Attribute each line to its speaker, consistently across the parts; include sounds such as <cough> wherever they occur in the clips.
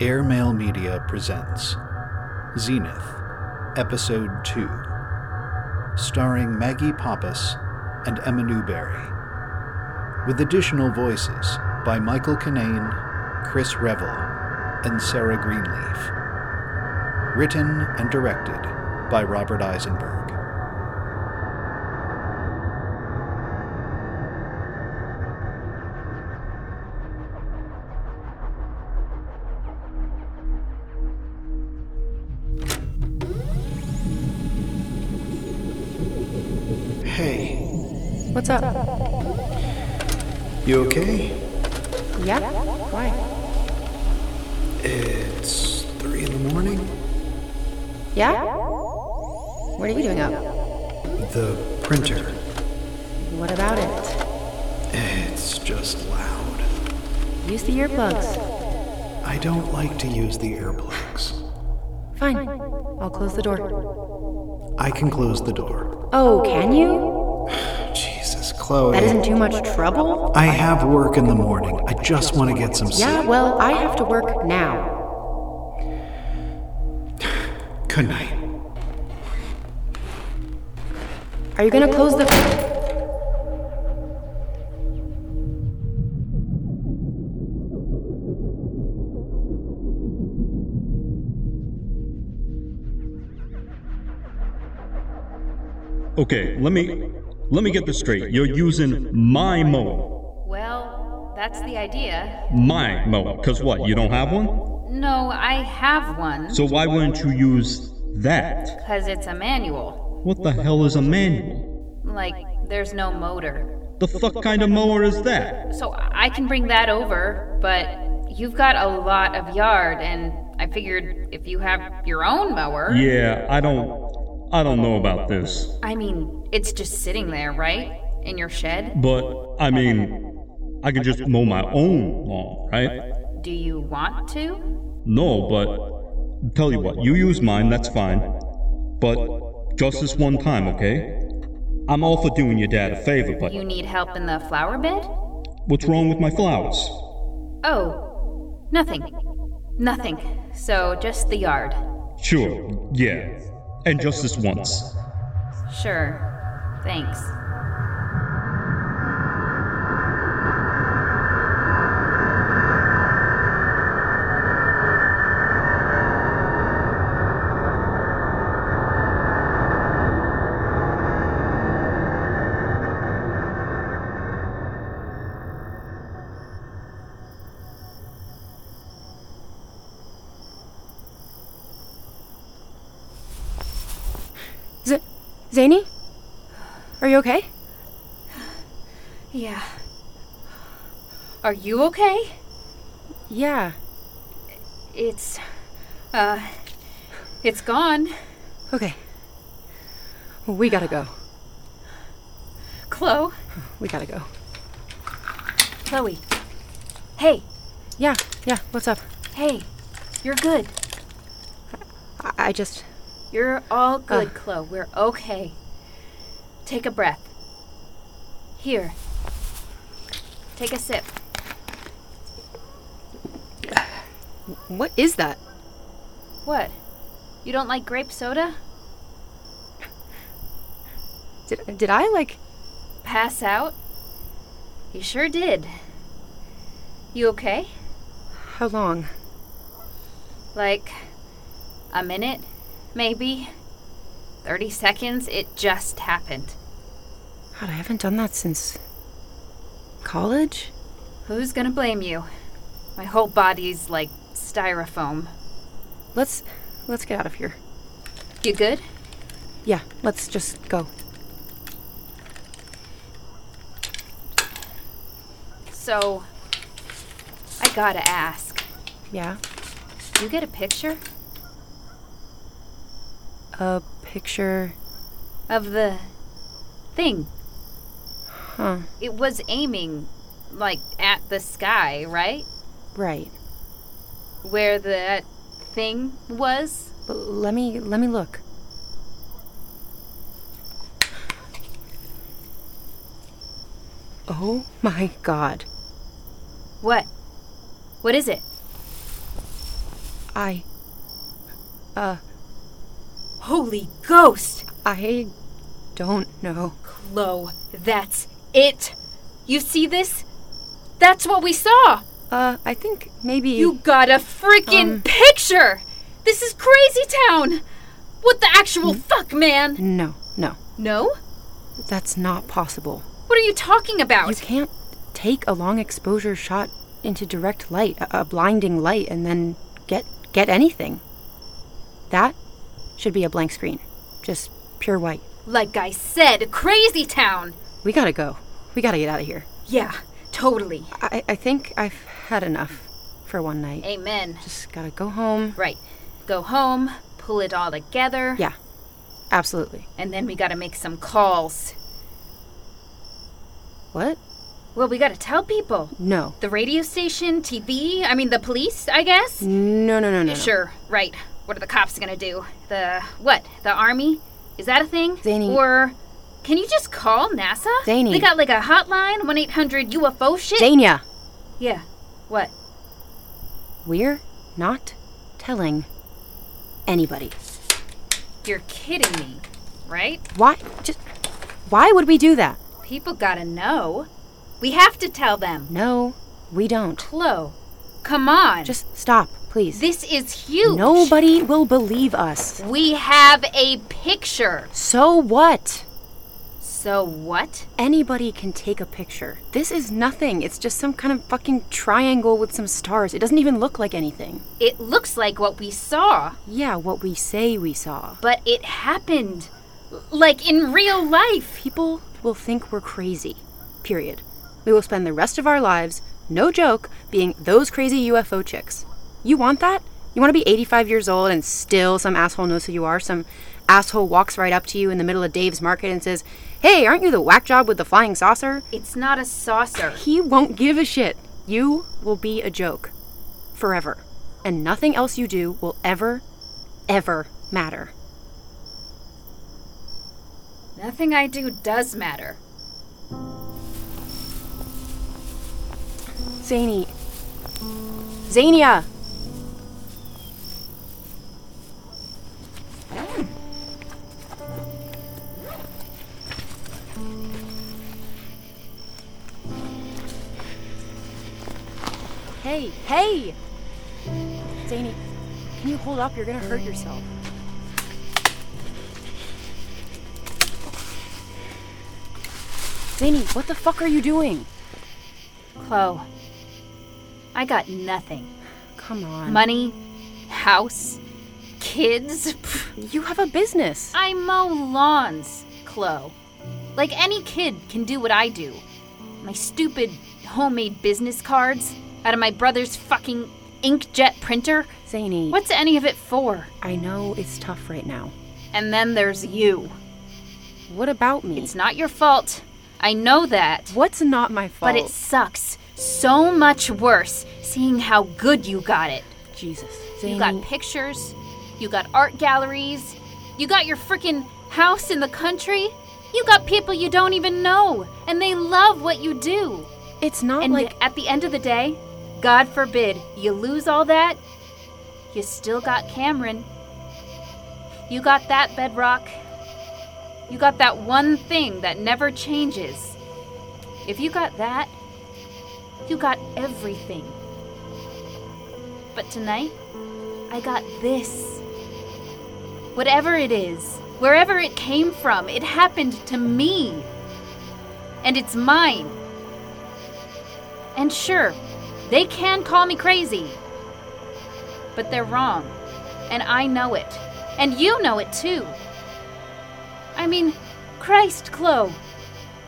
Speaker 1: Airmail Media presents Zenith, Episode 2, starring Maggie Pappas and Emma Newberry, with additional voices by Michael Kinane, Chris Revel, and Sarah Greenleaf. Written and directed by Robert Eisenberg. Hey,
Speaker 2: What's up?
Speaker 1: you okay?
Speaker 2: Yeah? Why?
Speaker 1: It's 3 in the morning?
Speaker 2: Yeah? What are you doing up?
Speaker 1: The printer.
Speaker 2: What about it?
Speaker 1: It's just loud.
Speaker 2: Use the earplugs.
Speaker 1: I don't like to use the earplugs.
Speaker 2: Fine. I'll close the door.
Speaker 1: I can close the door.
Speaker 2: Oh, can you?
Speaker 1: Jesus, Chloe.
Speaker 2: That isn't too much trouble?
Speaker 1: I have work in the morning. I just want to get some sleep.
Speaker 2: Yeah, well, I have to work now.
Speaker 1: Good night.
Speaker 2: Are you gonna close the.
Speaker 3: Okay, let me let me get this straight. You're using my mower.
Speaker 4: Well, that's the idea.
Speaker 3: My mower. Cause what? You don't have one?
Speaker 4: No, I have one.
Speaker 3: So why wouldn't you use that?
Speaker 4: Because it's a manual.
Speaker 3: What the hell is a manual?
Speaker 4: Like, there's no motor.
Speaker 3: The fuck kind of mower is that?
Speaker 4: So I can bring that over, but you've got a lot of yard, and I figured if you have your own mower.
Speaker 3: Yeah, I don't I don't know about this.
Speaker 4: I mean, it's just sitting there, right? In your shed?
Speaker 3: But I mean I could just mow my own lawn, right?
Speaker 4: Do you want to?
Speaker 3: No, but tell you what, you use mine, that's fine. But just this one time, okay? I'm all for doing your dad a favor, but
Speaker 4: You need help in the flower bed?
Speaker 3: what's wrong with my flowers?
Speaker 4: Oh, nothing. Nothing. So just the yard.
Speaker 3: Sure, yeah. And just this once.
Speaker 4: Sure. Thanks.
Speaker 2: Z- Zany? Are you okay?
Speaker 4: Yeah. Are you okay?
Speaker 2: Yeah.
Speaker 4: It's. Uh. It's gone.
Speaker 2: Okay. We gotta go.
Speaker 4: Chloe.
Speaker 2: We gotta go.
Speaker 4: Chloe. Hey,
Speaker 2: Yeah, yeah, what's up?
Speaker 4: hey. You're good.
Speaker 2: I, I just.
Speaker 4: You're all good, Chloe. We're okay. Take a breath. Here. Take a sip.
Speaker 2: What is that?
Speaker 4: What? You don't like grape soda?
Speaker 2: Did, did I, like.
Speaker 4: Pass out? You sure did. You okay?
Speaker 2: How long?
Speaker 4: Like a minute, maybe 30 seconds. It just happened.
Speaker 2: God, I haven't done that since. college?
Speaker 4: Who's gonna blame you? My whole body's like styrofoam.
Speaker 2: Let's. let's get out of here.
Speaker 4: You good?
Speaker 2: Yeah, let's just go.
Speaker 4: So, I gotta ask.
Speaker 2: Yeah.
Speaker 4: You get a picture
Speaker 2: A picture.
Speaker 4: of the thing?
Speaker 2: Huh.
Speaker 4: It was aiming like at the sky, right?
Speaker 2: Right.
Speaker 4: Where that thing was?
Speaker 2: L- let me let me look. Oh my god.
Speaker 4: What? What is it?
Speaker 2: I. Uh,
Speaker 4: Holy ghost!
Speaker 2: I don't know.
Speaker 4: Chloe, that's it! You see this? That's what we saw!
Speaker 2: Uh, I think maybe.
Speaker 4: You got a freaking
Speaker 2: Um.
Speaker 4: picture! This is crazy town! What the actual fuck, man?
Speaker 2: No, Hmm? no.
Speaker 4: No?
Speaker 2: That's not possible.
Speaker 4: What are you talking
Speaker 2: You
Speaker 4: about?
Speaker 2: can't take a long exposure shot into direct light, a, a blinding light, and then get get anything. That should be a blank screen, just pure white.
Speaker 4: Like I said, crazy town!
Speaker 2: We gotta go. We gotta get out of here.
Speaker 4: Yeah, totally.
Speaker 2: I, I think I've had enough for one night.
Speaker 4: Amen.
Speaker 2: Just gotta go home.
Speaker 4: Right. Go home, pull it all together,
Speaker 2: Yeah, absolutely.
Speaker 4: and then we gotta make some calls.
Speaker 2: What?
Speaker 4: Well, we gotta tell people.
Speaker 2: No.
Speaker 4: The radio station, TV, I mean, the police, I guess?
Speaker 2: No, no, no, no. no.
Speaker 4: Sure, right. What are the cops gonna do? The what? The army? Is that a thing?
Speaker 2: Zany.
Speaker 4: Or can you just call NASA?
Speaker 2: Zany.
Speaker 4: They got like a hotline, one eight hundred UFO shit.
Speaker 2: Dania,
Speaker 4: yeah. What?
Speaker 2: we're not telling anybody.
Speaker 4: You're kidding me, right?
Speaker 2: Why? Just why would we do that?
Speaker 4: People gotta know. We have to tell them.
Speaker 2: No, we don't.
Speaker 4: Chloe, come on.
Speaker 2: Just stop, please.
Speaker 4: this is huge.
Speaker 2: Nobody will believe us.
Speaker 4: We have a picture.
Speaker 2: So what?
Speaker 4: So what?
Speaker 2: Anybody can take a picture. This is nothing. It's just some kind of fucking triangle with some stars. It doesn't even look like anything.
Speaker 4: It looks like what we saw,
Speaker 2: Yeah, what we say we saw.
Speaker 4: but it happened. L- Like in real life.
Speaker 2: People will think we're crazy. Period. We will spend the rest of our lives, no joke, being those crazy UFO chicks. You want that? You want to be 85 years old and still some asshole knows who you are? Some asshole walks right up to you in the middle of Dave's market and says, Hey, aren't you the whack job with the flying saucer?
Speaker 4: It's not a saucer.
Speaker 2: He won't give a shit. You will be a joke. Forever. And nothing else you do will ever, ever matter.
Speaker 4: Nothing I do does matter.
Speaker 2: Zany. Zania! Hey, hey! Zany, can you hold up? You're gonna hurt yourself. Zany, what the fuck are you doing?
Speaker 4: Chloe, I got nothing.
Speaker 2: Come on.
Speaker 4: Money, house, kids. <laughs>
Speaker 2: You have a business.
Speaker 4: I mow lawns, Chloe. Like any kid can do what I do. My stupid homemade business cards out of my brother's fucking inkjet printer.
Speaker 2: Zany.
Speaker 4: What's any of it for?
Speaker 2: I know it's tough right now.
Speaker 4: And then there's you.
Speaker 2: What about me?
Speaker 4: It's not your fault. I know that.
Speaker 2: What's not my fault?
Speaker 4: But it sucks so much worse seeing how good you got it.
Speaker 2: Jesus. Zany.
Speaker 4: You got pictures. You got art galleries. You got your freaking house in the country. You got people you don't even know, and they love what you do.
Speaker 2: It's not
Speaker 4: and
Speaker 2: like
Speaker 4: at the end of the day, God forbid you lose all that, you still got Cameron. You got that bedrock. You got that one thing that never changes. If you got that, you got everything. But tonight, I got this. Whatever it is, wherever it came from, it happened to me. And it's mine. And sure, they can call me crazy. But they're wrong. And I know it. And you know it too. I mean, Christ, Chloe.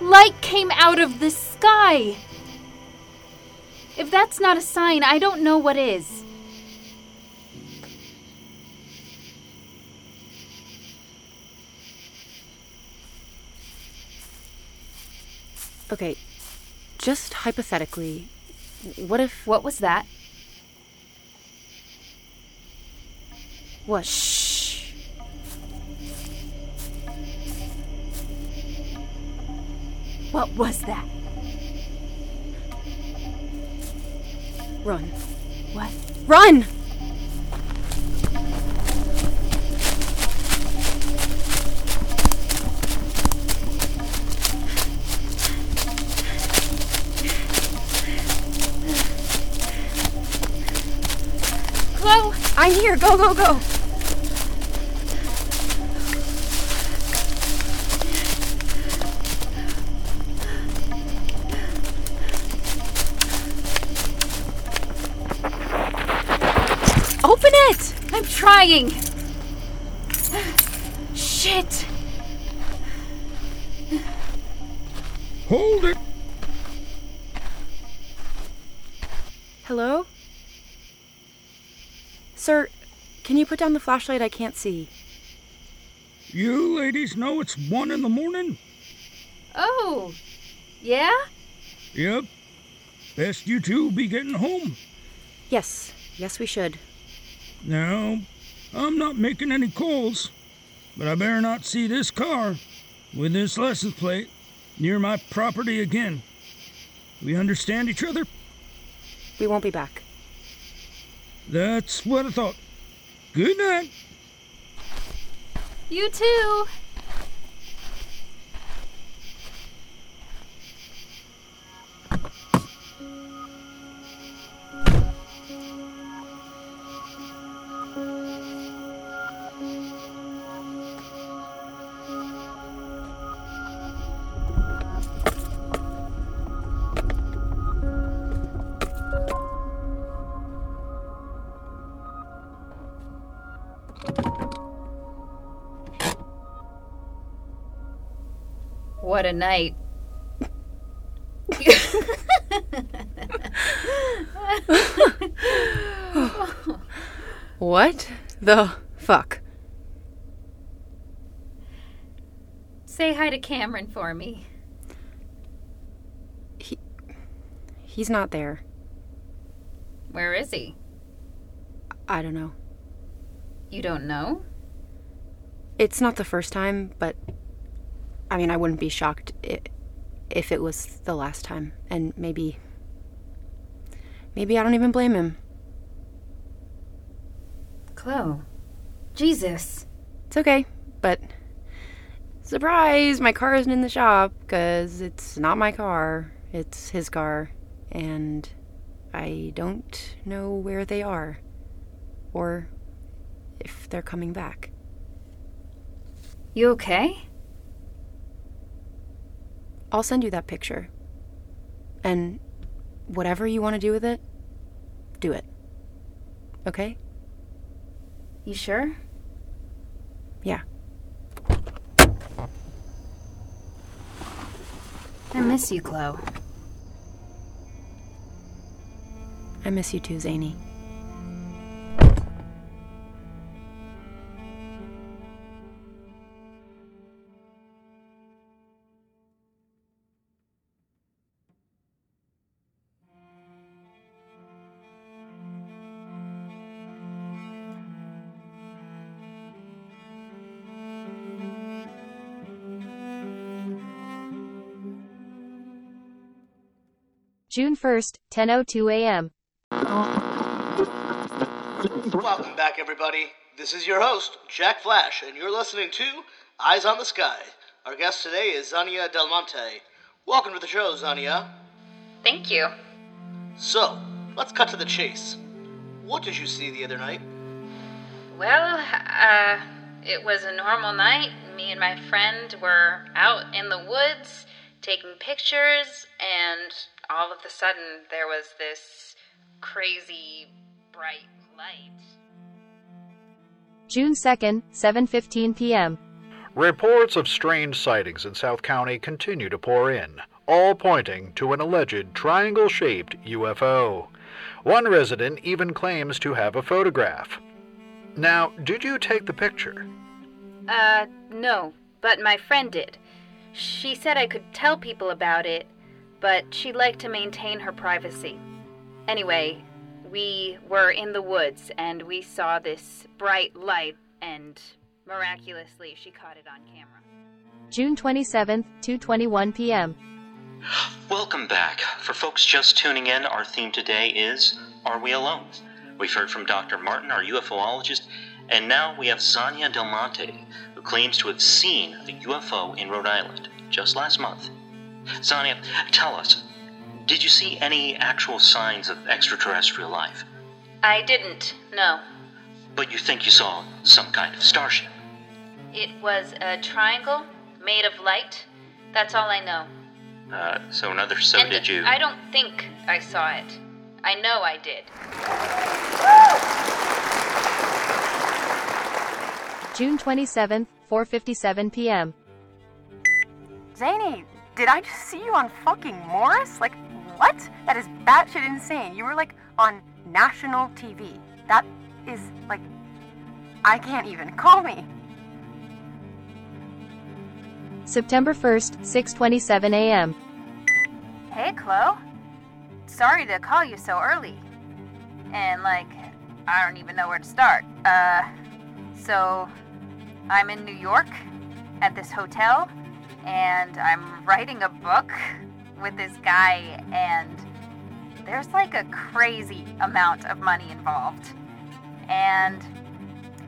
Speaker 4: Light came out of the sky. If that's not a sign, I don't know what is.
Speaker 2: okay, just hypothetically, what if
Speaker 4: What was that?
Speaker 2: what?
Speaker 4: Shh. What was that?
Speaker 2: Run.
Speaker 4: What?
Speaker 2: Run!
Speaker 4: go?
Speaker 2: I'm here. Go, go, go. Open it!
Speaker 4: I'm trying. Shit.
Speaker 3: Hold it!
Speaker 2: Hello? Sir, can you put down the flashlight? I can't see.
Speaker 3: You ladies know it's one in the morning?
Speaker 4: Oh. Yeah?
Speaker 3: Yep. Best you two be getting home.
Speaker 2: Yes, yes, we should.
Speaker 3: Now, I'm not making any calls, but I better not see this car with this license plate near my property again. We understand each other?
Speaker 2: We won't be back.
Speaker 3: That's what I thought. Good night.
Speaker 4: You too. What a night.
Speaker 2: What the fuck?
Speaker 4: Say hi to Cameron for me.
Speaker 2: He's not there.
Speaker 4: Where is he?
Speaker 2: I don't know.
Speaker 4: You don't know?
Speaker 2: It's not the first time, but I mean, I wouldn't be shocked i- if it was the last time. And maybe. Maybe I don't even blame him.
Speaker 4: Chloe. Jesus.
Speaker 2: It's okay, but. Surprise! My car isn't in the shop because it's not my car. It's his car. And I don't know where they are. Or if they're coming back.
Speaker 4: You okay?
Speaker 2: I'll send you that picture. And whatever you want to do with it, do it. Okay?
Speaker 4: You sure?
Speaker 2: Yeah.
Speaker 4: I miss you, Chloe.
Speaker 2: I miss you too, Zany.
Speaker 5: June 1st, 10:02 a.m.
Speaker 6: Welcome back, everybody. This is your host, Jack Flash, and you're listening to Eyes on the Sky. Our guest today is Zania Del Monte. Welcome to the show, Zania.
Speaker 4: Thank you.
Speaker 6: So, let's cut to the chase. What did you see the other night?
Speaker 4: Well, uh, it was a normal night. Me and my friend were out in the woods taking pictures, and all of a sudden there was this crazy bright light.
Speaker 5: June 2nd, 7:15 p.m.
Speaker 7: Reports of strange sightings in South County continue to pour in, all pointing to an alleged triangle shaped UFO. One resident even claims to have a photograph. Now, did you take the picture?
Speaker 4: Uh, no, but my friend did. She said I could tell people about it, but she'd like to maintain her privacy. Anyway, we were in the woods and we saw this bright light, and miraculously, she caught it on camera.
Speaker 5: June 27th, 2:21 p.m.
Speaker 8: Welcome back. For folks just tuning in, our theme today is Are We Alone? We've heard from Dr. Martin, our UFOologist, and now we have Zania Del Monte, who claims to have seen the UFO in Rhode Island just last month. Zania, tell us, did you see any actual signs of extraterrestrial life?
Speaker 4: I didn't, no.
Speaker 8: But you think you saw some kind of starship.
Speaker 4: It was a triangle made of light. That's all I know.
Speaker 8: Uh, so another so
Speaker 4: and
Speaker 8: did you.
Speaker 4: I don't think I saw it. I know I did.
Speaker 5: June 27th, 4:57 p.m.
Speaker 2: Zany, did I just see you on fucking Morris? Like, what? That is batshit insane. You were like on national TV. That is like, I can't even. Call me.
Speaker 5: September 1st, 6:27 a.m.
Speaker 4: Hey, Chloe. Sorry to call you so early. And, like, I don't even know where to start. Uh, so, I'm in New York at this hotel, and I'm writing a book with this guy, and there's like a crazy amount of money involved. And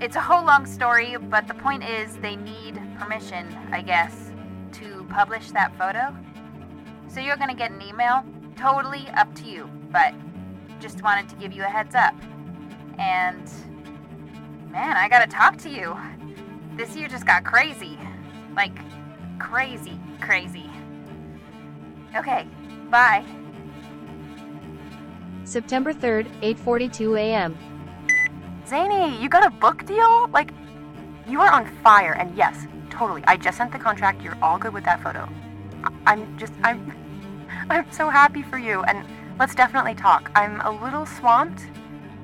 Speaker 4: it's a whole long story, but the point is they need permission, I guess, to publish that photo. So you're gonna get an email. Totally up to you, but just wanted to give you a heads up. And man, I gotta talk to you. This year just got crazy. Like, crazy, crazy. Okay, bye.
Speaker 5: September 3rd, 8:42 a.m.
Speaker 2: Zany, you got a book deal? Like, you are on fire. And yes, totally. I just sent the contract. You're all good with that photo. I- I'm just, I'm, <laughs> I'm so happy for you. And let's definitely talk. I'm a little swamped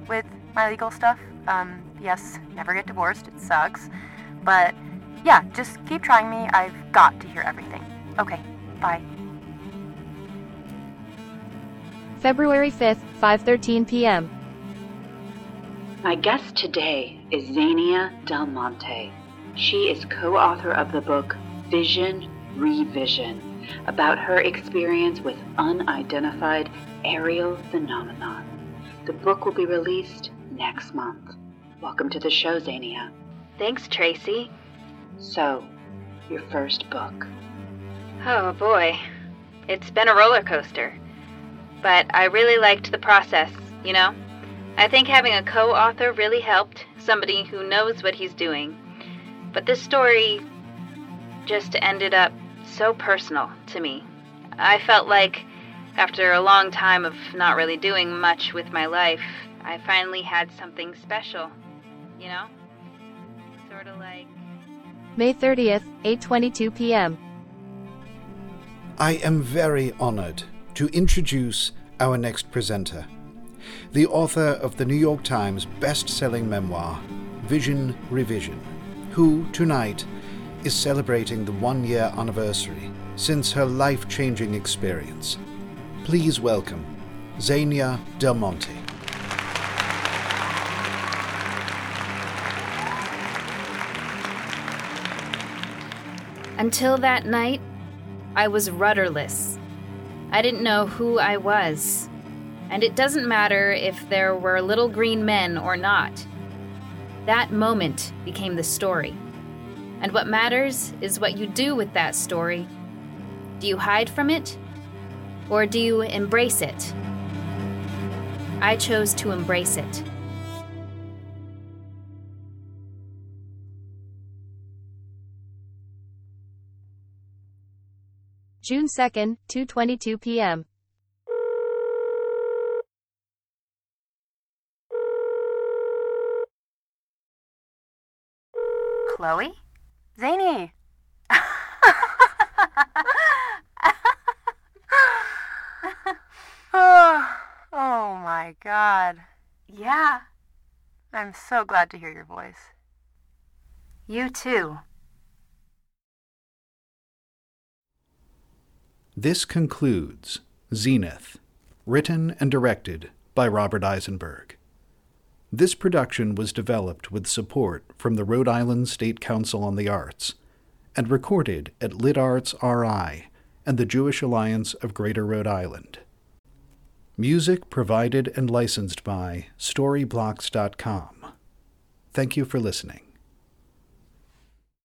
Speaker 2: with my legal stuff. Um, yes, never get divorced. It sucks. But yeah, just keep trying me. I've got to hear everything. Okay, bye. <sighs>
Speaker 5: February 5th, 5:13 p.m.
Speaker 9: My guest today is Zania Del Monte. She is co author of the book Vision Revision about her experience with unidentified aerial phenomenon. The book will be released next month. Welcome to the show, Zania.
Speaker 10: Thanks, Tracy.
Speaker 9: So, your first book.
Speaker 10: Oh boy, it's been a roller coaster. But I really liked the process, you know? I think having a co author really helped, somebody who knows what he's doing. But this story just ended up so personal to me. I felt like, after a long time of not really doing much with my life, I finally had something special, you know? Sort of like.
Speaker 5: May 30th, 8:22 p.m.
Speaker 1: I am very honored to introduce our next presenter, the author of the New York Times best-selling memoir, Vision Revision, who tonight is celebrating the one-year anniversary since her life-changing experience. Please welcome Zania Del Monte.
Speaker 11: Until that night, I was rudderless. I didn't know who I was. And it doesn't matter if there were little green men or not. That moment became the story. And what matters is what you do with that story. Do you hide from it? Or do you embrace it? I chose to embrace it.
Speaker 5: June 2nd, 2:22 p.m.
Speaker 2: Chloe? Zany. oh, oh my god. Yeah. I'm so glad to hear your voice.
Speaker 4: You too.
Speaker 1: This concludes Zenith, written and directed by Robert Eisenberg. This production was developed with support from the Rhode Island State Council on the Arts and recorded at LitArts RI and the Jewish Alliance of Greater Rhode Island. Music provided and licensed by StoryBlocks.com. Thank you for listening.